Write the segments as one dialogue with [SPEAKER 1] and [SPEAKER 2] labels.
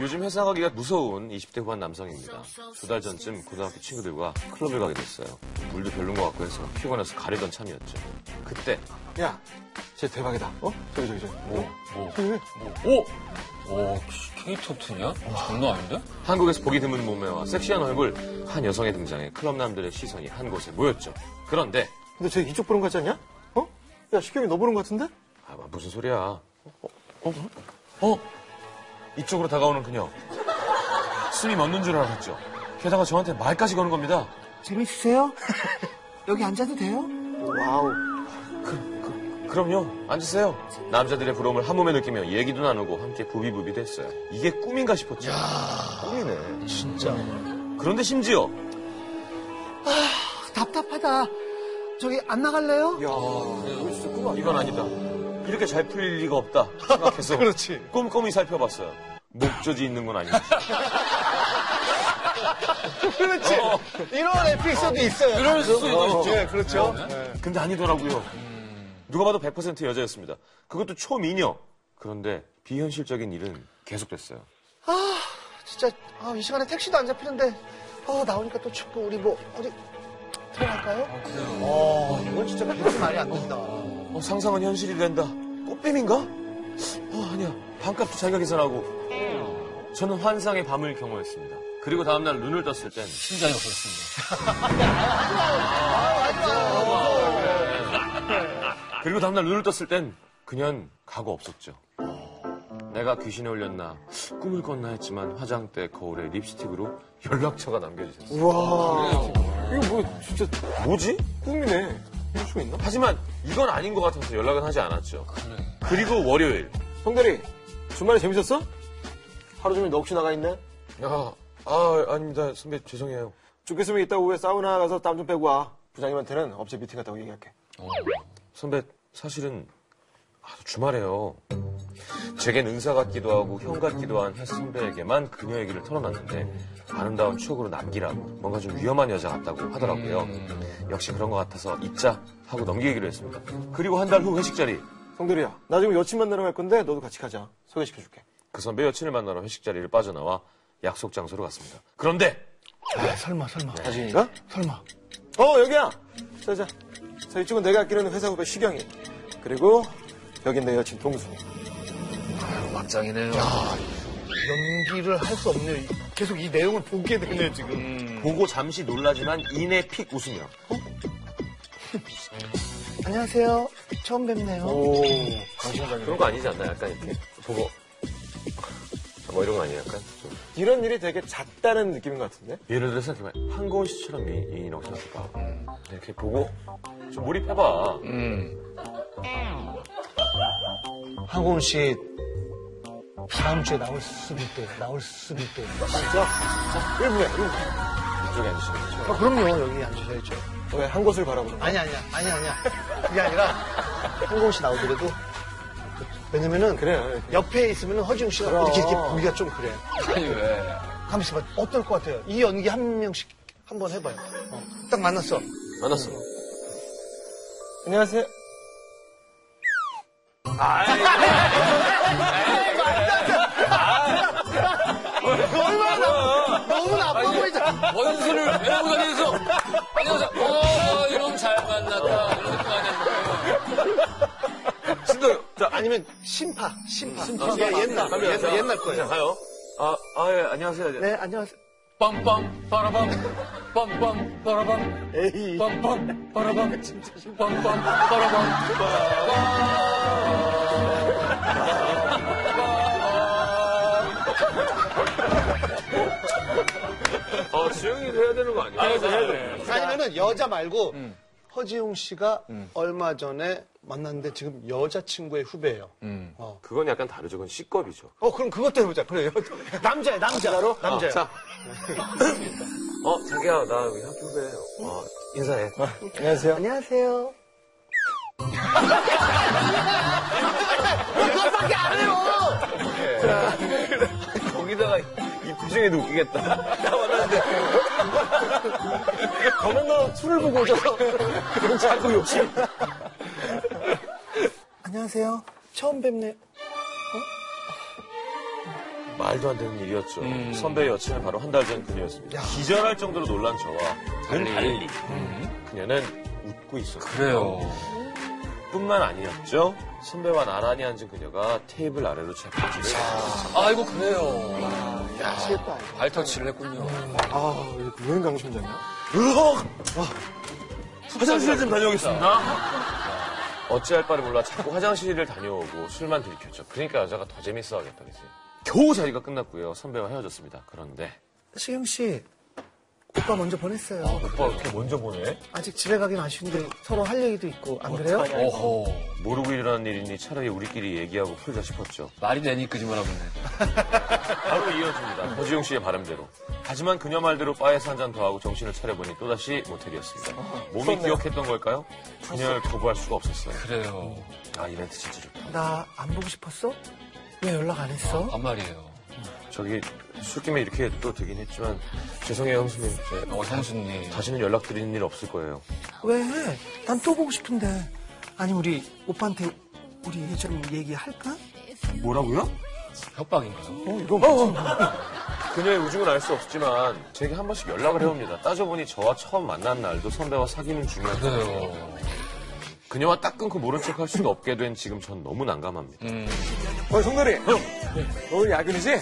[SPEAKER 1] 요즘 회사 가기가 무서운 20대 후반 남성입니다. 두 달 전쯤 고등학교 친구들과 클럽을 가게 됐어요. 물도 별론 것 같고 해서 피곤해서 가려던 참이었죠. 그때
[SPEAKER 2] 야, 쟤 대박이다. 어? 저기 저기 어, 저기.
[SPEAKER 3] 뭐, 뭐, 뭐, 오! 오, 케이톱트냐? 장난 아닌데?
[SPEAKER 1] 한국에서 보기 드문 몸매와 섹시한 얼굴 한 여성의 등장에 클럽 남들의 시선이 한 곳에 모였죠. 그런데
[SPEAKER 2] 근데 쟤 이쪽 보는 거 같지 않냐? 어? 야, 식겸이 너 보는 거 같은데?
[SPEAKER 1] 아, 무슨 소리야? 어? 어? 어? 이쪽으로 다가오는 그녀. 숨이 멎는 줄 알았죠. 게다가 저한테 말까지 거는 겁니다.
[SPEAKER 4] 재밌으세요? 여기 앉아도 돼요?
[SPEAKER 2] 와우.
[SPEAKER 1] 그럼요. 앉으세요. 남자들의 부러움을 한 몸에 느끼며 얘기도 나누고 함께 부비부비 됐어요. 이게 꿈인가 싶었죠. 꿈이네. 진짜. 그런데 심지어
[SPEAKER 4] 아, 답답하다. 저기 안 나갈래요?
[SPEAKER 2] 야, 이거 진짜 꿈 아니야?
[SPEAKER 1] 이건 아니다. 이렇게 잘 풀릴 리가 없다 생각해서
[SPEAKER 2] 그렇지.
[SPEAKER 1] 꼼꼼히 살펴봤어요. 목젖이 있는 건 아닌지.
[SPEAKER 2] 그렇지.
[SPEAKER 1] 어.
[SPEAKER 2] 이런 에피소드 있어요.
[SPEAKER 3] 이럴 수도 있죠.
[SPEAKER 2] 예, 그렇죠.
[SPEAKER 1] 근데 아니더라고요. 누가 봐도 100% 여자였습니다. 그것도 초미녀. 그런데 비현실적인 일은 계속됐어요.
[SPEAKER 4] 아, 진짜 아, 이 시간에 택시도 안 잡히는데 어, 나오니까 또 춥고 우리 뭐 어디 들어갈까요? 어, 이건 진짜 무슨 말이 안 된다.
[SPEAKER 1] 어, 상상은 현실이 된다. 꽃뱀인가? 어, 아니야. 반값도 자기가 계산하고. 저는 환상의 밤을 경험했습니다. 그리고 다음날 눈을 떴을 땐
[SPEAKER 3] 심장이 없었습니다.
[SPEAKER 1] 그리고 다음날 눈을 떴을 땐 그년 가고 없었죠. 내가 귀신에 올렸나 꿈을 꿨나 했지만 화장대 거울에 립스틱으로 연락처가 남겨지셨어요.
[SPEAKER 2] 우와. 이거 뭐, 진짜
[SPEAKER 1] 뭐지?
[SPEAKER 2] 꿈이네. 이럴 수가 있나?
[SPEAKER 1] 하지만 이건 아닌 것 같아서 연락은 하지 않았죠.
[SPEAKER 3] 그래.
[SPEAKER 1] 그리고 월요일.
[SPEAKER 2] 성대리, 주말에 재밌었어? 하루 종일 너 혹시 나가 있네?
[SPEAKER 1] 야, 아, 아닙니다. 선배 죄송해요.
[SPEAKER 2] 좀 있으면 이따 오후에 사우나 가서 땀 좀 빼고 와. 부장님한테는 업체 미팅 갔다고 얘기할게.
[SPEAKER 3] 어.
[SPEAKER 1] 선배 사실은 아, 주말에요. 제겐 은사 같기도 하고 형 같기도 한 햇선배에게만 그녀 얘기를 털어놨는데 아름다운 추억으로 남기라고 뭔가 좀 위험한 여자 같다고 하더라고요. 역시 그런 것 같아서 잊자 하고 넘기기로 했습니다. 그리고 한 달 후 회식 자리.
[SPEAKER 2] 성대리야, 나 지금 여친 만나러 갈 건데 너도 같이 가자. 소개시켜줄게.
[SPEAKER 1] 그 선배 여친을 만나러 회식 자리를 빠져나와 약속 장소로 갔습니다. 그런데
[SPEAKER 4] 아, 설마 설마
[SPEAKER 2] 다진이가?
[SPEAKER 4] 설마.
[SPEAKER 2] 어 여기야 자자 자 이쪽은 내가 아끼는 회사 후배 시경이 그리고 여긴 내 여친 동순이
[SPEAKER 4] 막장이네요. 연기를 할 수 없네요. 계속 이 내용을 보게 되네요 지금.
[SPEAKER 1] 보고 잠시 놀라지만 이내 픽 웃으며
[SPEAKER 4] 안녕하세요. 처음 뵙네요.
[SPEAKER 2] 오
[SPEAKER 1] 그런 거 아니지 않나? 약간 이렇게 보고 뭐 이런 거 아니에요? 약간 좀.
[SPEAKER 2] 이런 일이 되게 잦다는 느낌인 것 같은데
[SPEAKER 1] 예를 들어 생각해봐. 한고은 씨처럼 미- 미인이라고 생각해봐. 이렇게 보고 좀 몰입해봐.
[SPEAKER 3] 음.
[SPEAKER 4] 한고은 씨 어, 다음 주에 나올 수도 있대요. 나올 수도 있대요.
[SPEAKER 2] 일부야
[SPEAKER 1] 이쪽에 앉으시는 거죠.
[SPEAKER 4] 아, 그럼요. 여기 앉으셔야죠.
[SPEAKER 2] 일부 왜한 곳을 바라보는 거야
[SPEAKER 4] 아니 아니야. 아니 아니야. 그게 아니라 한고은 씨 나오더라도 왜냐면은
[SPEAKER 2] 그래
[SPEAKER 4] 옆에 있으면 허지웅 씨가
[SPEAKER 2] 그럼.
[SPEAKER 4] 이렇게 이렇게 보기가 좀 그래.
[SPEAKER 3] 아니, 왜?
[SPEAKER 4] 가만 있어봐. 어떨 것 같아요? 이 연기 한 명씩 한번 해봐요. 어. 딱 만났어.
[SPEAKER 1] 만났어.
[SPEAKER 2] 안녕하세요
[SPEAKER 4] 얼마나 너무 나빠 보이잖아.
[SPEAKER 3] 원수를 왜 하고 다니면서! 안녕하세요. 어, 이러면 잘 만났다. 이렇게 하는
[SPEAKER 1] 진도요. 자,
[SPEAKER 4] 아니면 심파, 심파.
[SPEAKER 1] 아,
[SPEAKER 4] 야,
[SPEAKER 1] 잠깐만.
[SPEAKER 4] 옛날,
[SPEAKER 1] 잠깐만.
[SPEAKER 4] 옛날, 옛날
[SPEAKER 1] 자,
[SPEAKER 4] 거예요.
[SPEAKER 1] 가요. 아, 아, 예, 안녕하세요.
[SPEAKER 4] 네, 안녕하세요.
[SPEAKER 3] 빰빰, 빠라밤. 빰빰, 빠라밤.
[SPEAKER 2] 에이
[SPEAKER 3] 빰빰, 빠라밤. 빰빰, 빠라밤.
[SPEAKER 1] 아, 지영이도 해야 되는 거 아니야? 네.
[SPEAKER 4] 그러니까 아니면은 여자 말고 허지웅 씨가 얼마 전에 만났는데 지금 여자친구의 후배예요. 어.
[SPEAKER 1] 그건 약간 다르죠. 그건 C급이죠.
[SPEAKER 4] 어, 그럼 그것도 해보자. 그래요. 남자야, 남자. 남자야.
[SPEAKER 1] 아, 자. 어, 자기야, 나 우리 학교 후배예요. 어, 인사해.
[SPEAKER 2] 안녕하세요
[SPEAKER 4] 안녕하세요. 그것밖에 안 해요.
[SPEAKER 1] 거기다가 이 표정에도 웃기겠다.
[SPEAKER 2] 저는 너 술을 보고 오셔서 그럼 자꾸 욕심
[SPEAKER 4] 안녕하세요. 처음 뵙네. 요
[SPEAKER 1] 말도 안 되는 일이었죠. 선배 여친은 바로 한 달 전 그녀였습니다. 기절할 정도로 놀란 저와 달리, 달리. 그녀는 웃고 있었어요.
[SPEAKER 3] 그래요.
[SPEAKER 1] 뿐만 아니었죠. 선배와 나란히 앉은 그녀가 테이블 아래로 제 바지를
[SPEAKER 3] 아이고, 그래요.
[SPEAKER 4] 실도 아니고.
[SPEAKER 3] 발터치를 했군요.
[SPEAKER 2] 아, 이거 웬 강심장이야?
[SPEAKER 1] 으헉! 아, 화장실 좀 다녀오겠습니다. 어찌할 바를 몰라 자꾸 화장실을 다녀오고 술만 들이켰죠. 그러니까 여자가 더 재밌어 하겠다 그랬어요. 겨우 자리가 끝났고요. 선배와 헤어졌습니다. 그런데
[SPEAKER 4] 시경 씨, 오빠 먼저 보냈어요.
[SPEAKER 1] 오빠 이렇게 먼저 보네?
[SPEAKER 4] 아직 집에 가긴 아쉬운데 서로 할 얘기도 있고 안 그래요?
[SPEAKER 3] 오호.
[SPEAKER 1] 모르고 일어난 일이니 차라리 우리끼리 얘기하고 풀자 싶었죠.
[SPEAKER 3] 말이 되니 거짓말 하고 있네.
[SPEAKER 1] 바로 이어집니다. 허지용 씨의 바람대로. 하지만 그녀 말대로 바에서 한 잔 더 하고 정신을 차려보니 또다시 모텔이었습니다. 몸이 기억했던 걸까요? 그녀를 거부할 수가 없었어요.
[SPEAKER 3] 그래요.
[SPEAKER 1] 아, 이벤트 진짜 좋다.
[SPEAKER 4] 나 안 보고 싶었어? 왜 연락 안 했어?
[SPEAKER 3] 반말이에요.
[SPEAKER 1] 저기, 술김에 이렇게 또 되긴 했지만, 죄송해요, 형수님. 네,
[SPEAKER 3] 어, 형수님.
[SPEAKER 1] 다시는 연락드리는 일 없을 거예요.
[SPEAKER 4] 왜? 난 또 보고 싶은데. 아니 우리 오빠한테 우리 예전 얘기할까?
[SPEAKER 1] 뭐라고요?
[SPEAKER 3] 협박인가요?
[SPEAKER 1] 그녀의 우중은 알 수 없지만, 제게 한 번씩 연락을 해옵니다. 따져보니 저와 처음 만난 날도 선배와 사귀는 중이었어요.
[SPEAKER 3] 그래요.
[SPEAKER 1] 그녀와 딱 끊고 모른 척 할 수도 없게 된 지금 전 너무 난감합니다.
[SPEAKER 3] 음.
[SPEAKER 2] 어, 성돌이. 오늘 야근이지?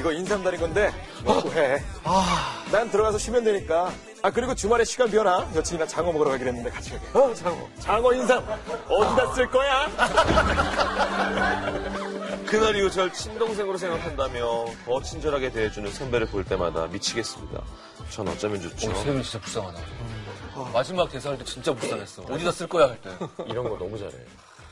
[SPEAKER 2] 이거 인삼다리 건데 먹고 해. 아, 난 들어가서 쉬면 되니까. 아 그리고 주말에 시간 비어라. 여친이랑 장어 먹으러 가기로 했는데 같이 가게. 어, 장어. 장어 인삼 어디다 쓸 거야?
[SPEAKER 1] 그날 이후 절 친동생으로 생각한다며 더 친절하게 대해주는 선배를 볼 때마다 미치겠습니다. 전 어쩌면 좋죠.
[SPEAKER 3] 어, 세윤 진짜 불쌍하다.
[SPEAKER 2] 음. 어.
[SPEAKER 3] 마지막 대사할 때 진짜 불쌍했어. 어디다 쓸 거야 할 때.
[SPEAKER 1] 이런 거 너무 잘해요.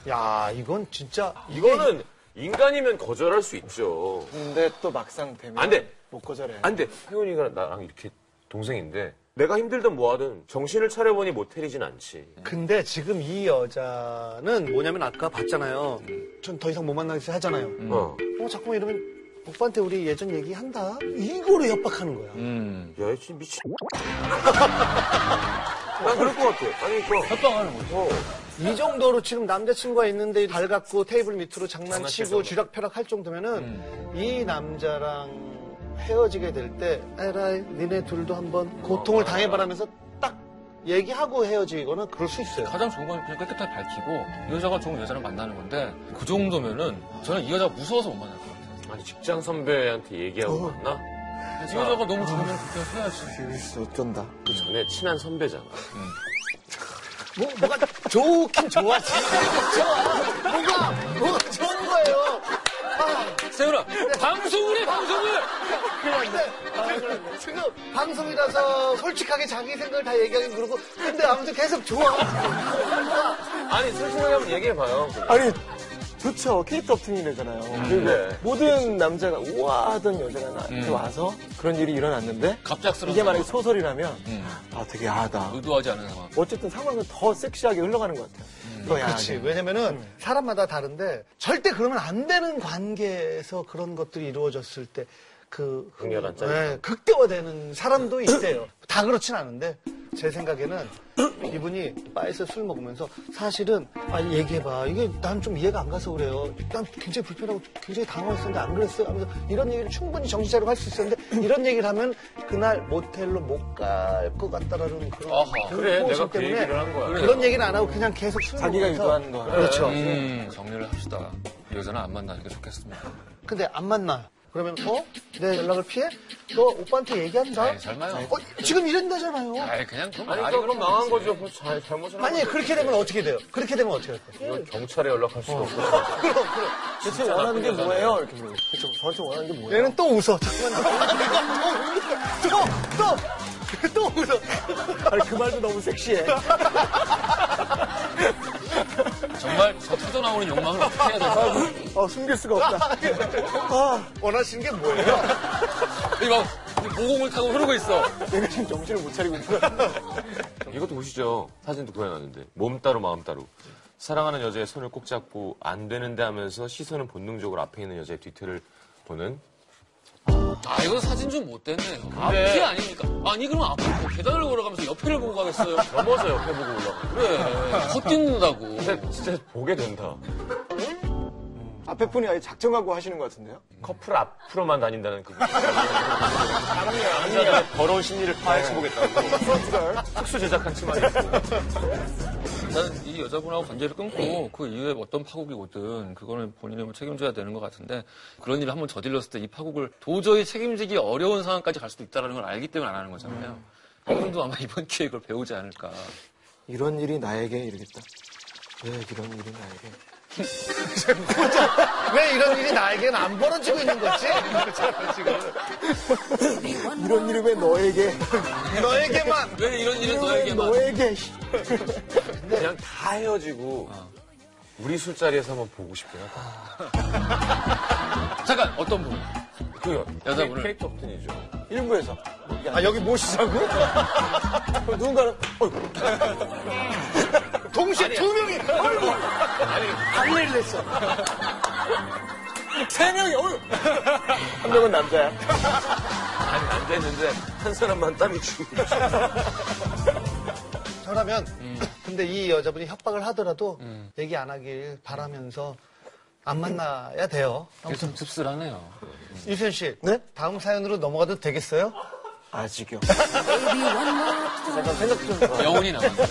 [SPEAKER 4] 야 이건 진짜
[SPEAKER 1] 이거는 인간이면 거절할 수 있죠.
[SPEAKER 2] 근데 또 막상 되면
[SPEAKER 1] 안 돼.
[SPEAKER 2] 못 거절해.
[SPEAKER 1] 안 돼. 혜원이가 나랑 이렇게 동생인데 내가 힘들든 뭐하든 정신을 차려보니 모텔이진 않지.
[SPEAKER 4] 근데 지금 이 여자는 뭐냐면 아까 봤잖아요. 전 더 이상 못 만나겠어 하잖아요.
[SPEAKER 3] 음.
[SPEAKER 1] 어.
[SPEAKER 4] 어 자꾸만 이러면 오빠한테 우리 예전 얘기한다. 이거로 협박하는 거야.
[SPEAKER 3] 음.
[SPEAKER 1] 야, 이 미친. 난 그럴 것 같아. 아니, 어. 이거.
[SPEAKER 3] 협박하는 거죠.
[SPEAKER 4] 이 정도로 지금 남자친구가 있는데 발 갖고 테이블 밑으로 장난치고 음. 주락펴락 할 정도면은 이 남자랑 헤어지게 될 때 에라이 니네 둘도 한번 고통을 당해봐라면서 딱 얘기하고 헤어지거나 그럴 수 있어요.
[SPEAKER 3] 가장 좋은 건 그냥 깨끗하게 밝히고 이 여자가 좋은 여자를 만나는 건데 그 정도면은 저는 이 여자 무서워서 못 만날 것 같아요.
[SPEAKER 1] 아니, 직장 선배한테
[SPEAKER 3] 어.
[SPEAKER 1] 얘기하고 만나?
[SPEAKER 3] 이 여자가 너무 좋으면 그렇게 해야지.
[SPEAKER 2] 어쩐다.
[SPEAKER 1] 그 전에 친한 선배잖아.
[SPEAKER 4] 뭐, 뭐가 좋긴 좋아. 진짜 좋아. 뭐가, 뭐가 좋은 거예요. 아,
[SPEAKER 3] 세윤아, 방송을 해, 방송을!
[SPEAKER 4] 근데 지금 방송이라서 솔직하게 자기 생각을 다 얘기하긴 그러고 근데 아무튼 계속 좋아.
[SPEAKER 1] 아니, 솔직하게 한번 얘기해봐요.
[SPEAKER 2] 아니 좋죠. 케이트 업팅이래잖아요. 그리고
[SPEAKER 1] 네.
[SPEAKER 2] 모든 남자가 우와 하던 여자가 나한테
[SPEAKER 3] 음.
[SPEAKER 2] 와서 그런 일이 일어났는데
[SPEAKER 3] 갑작스러운
[SPEAKER 2] 이게 만약에
[SPEAKER 3] 상황.
[SPEAKER 2] 소설이라면
[SPEAKER 3] 음.
[SPEAKER 2] 아 되게 야하다.
[SPEAKER 3] 의도하지 않은 상황.
[SPEAKER 2] 어쨌든 상황은 더 섹시하게 흘러가는 것 같아요. 더
[SPEAKER 4] 그렇지.
[SPEAKER 1] 네.
[SPEAKER 2] 야하게.
[SPEAKER 4] 왜냐면은
[SPEAKER 1] 음.
[SPEAKER 4] 사람마다 다른데 절대 그러면 안 되는 관계에서 그런 것들이 이루어졌을 때 그
[SPEAKER 1] 강렬한 짜릿함. 음.
[SPEAKER 4] 극대화되는 사람도 있대요. 다 그렇진 않은데 제 생각에는 이분이 바에서 술 먹으면서 사실은 아 얘기해봐 이게 난 좀 이해가 안 가서 그래요. 난 굉장히 불편하고 굉장히 당황했었는데 안 그랬어요. 하면서 이런 얘기를 충분히 정신 차리고 할 수 있었는데 이런 얘기를 하면 그날 모텔로 못 갈 것 같다라는 그런
[SPEAKER 3] 아하,
[SPEAKER 1] 그래,
[SPEAKER 4] 공포심
[SPEAKER 1] 내가 그 얘기를 한 거야.
[SPEAKER 4] 그런 얘기는 안 하고 그냥 계속 술
[SPEAKER 2] 자기가
[SPEAKER 4] 먹으면서
[SPEAKER 2] 유도하는 거.
[SPEAKER 4] 그렇죠.
[SPEAKER 3] 음, 정리를 합시다. 이 여자는 안 만나는 게 좋겠습니다.
[SPEAKER 4] 근데 안 만나. 그러면 어? 내 연락을 피해? 너 오빠한테 얘기한다?
[SPEAKER 3] 아이, 설마요.
[SPEAKER 4] 어, 지금 이런다잖아요.
[SPEAKER 3] 아이, 그냥 그럼
[SPEAKER 1] 아니,
[SPEAKER 3] 말이
[SPEAKER 1] 그럼 망한 거죠. 뭐 잘, 잘못을 한
[SPEAKER 4] 아니 그렇게 되면 어떻게 돼요? 그렇게 되면 어떻게 할 거예요?
[SPEAKER 1] 이건 경찰에 연락할
[SPEAKER 3] 어.
[SPEAKER 1] 수도 없고.
[SPEAKER 2] 대체 원하는 게 뭐예요? 이렇게 물어요. 대체 저한테 원하는 게 뭐예요?
[SPEAKER 4] 얘는 또 웃어. 또또또 또 웃어.
[SPEAKER 2] 아니, 그 말도 너무 섹시해.
[SPEAKER 3] 정말 저 터져나오는 욕망을 어떻게 해야 될까?
[SPEAKER 2] 어, 숨길 수가 없다. 아,
[SPEAKER 4] 원하시는 게 뭐예요?
[SPEAKER 3] 이거 모공을 타고 흐르고 있어.
[SPEAKER 2] 얘가 지금 정신을 못 차리고 있구나.
[SPEAKER 1] 이것도 보시죠. 사진도 구해놨는데. 몸 따로 마음 따로. 사랑하는 여자의 손을 꼭 잡고 안 되는데 하면서 시선은 본능적으로 앞에 있는 여자의 뒤태를 보는
[SPEAKER 3] 아, 이건 사진 좀 못 됐네요. 앞이 아닙니까? 아니, 그럼 앞으로 계단을 걸어가면서 옆에를 보고 가겠어요?
[SPEAKER 1] 넘어서 옆에 보고 올라가.
[SPEAKER 3] 그래. 헛뛴다고.
[SPEAKER 1] 진짜, 진짜 보게 된다.
[SPEAKER 2] 앞에 분이 아예 작정하고 하시는 것 같은데요?
[SPEAKER 1] 커플 앞으로만 다닌다는 그분. 남녀 더러운 심리를 파헤쳐보겠다고. 특수 제작한 치마 입고.
[SPEAKER 3] 일단 이 여자분하고 관계를 끊고 그 이후에 어떤 파국이 오든 그거는 본인이 뭐 책임져야 되는 것 같은데 그런 일을 한번 저질렀을 때 이 파국을 도저히 책임지기 어려운 상황까지 갈 수도 있다는 걸 알기 때문에 안 하는 거잖아요. 그분도 아마 이번 기회에 그걸 배우지 않을까.
[SPEAKER 2] 이런 일이 나에게 이러겠다. 왜 이런 일이 나에게?
[SPEAKER 4] 왜 이런 일이 나에게는 안 벌어지고 있는 거지?
[SPEAKER 2] 이런 일이 왜 너에게?
[SPEAKER 4] 너에게만
[SPEAKER 3] 왜 이런 일은
[SPEAKER 2] 왜
[SPEAKER 3] 너에게만.
[SPEAKER 2] 너에게?
[SPEAKER 1] 그냥 다 헤어지고 우리 술자리에서 한번 보고 싶긴 하다.
[SPEAKER 3] 잠깐 어떤 분?
[SPEAKER 1] 그
[SPEAKER 3] 여자분을.
[SPEAKER 1] 캐릭터 업튼이죠.
[SPEAKER 2] 일부에서.
[SPEAKER 4] 아 여기 모시자고?
[SPEAKER 2] 그럼 누군가는
[SPEAKER 4] 동시에 두 명이 아이고 발레를 했어
[SPEAKER 2] 세 명이 어휴! 한 명은 남자야.
[SPEAKER 1] 아니 앉아있는데 한 사람만 땀이 죽고 있어.
[SPEAKER 4] 저라면 근데 이 여자분이 협박을 하더라도 얘기 안 하길 바라면서 안 만나야 돼요
[SPEAKER 3] 좀 씁쓸하네요.
[SPEAKER 4] 유선 씨
[SPEAKER 2] 네?
[SPEAKER 4] 다음 사연으로 넘어가도 되겠어요?
[SPEAKER 2] 아직이요.
[SPEAKER 5] Baby, one more time.
[SPEAKER 2] 잠깐 생각 좀 해봐.
[SPEAKER 3] 영혼이 남았네.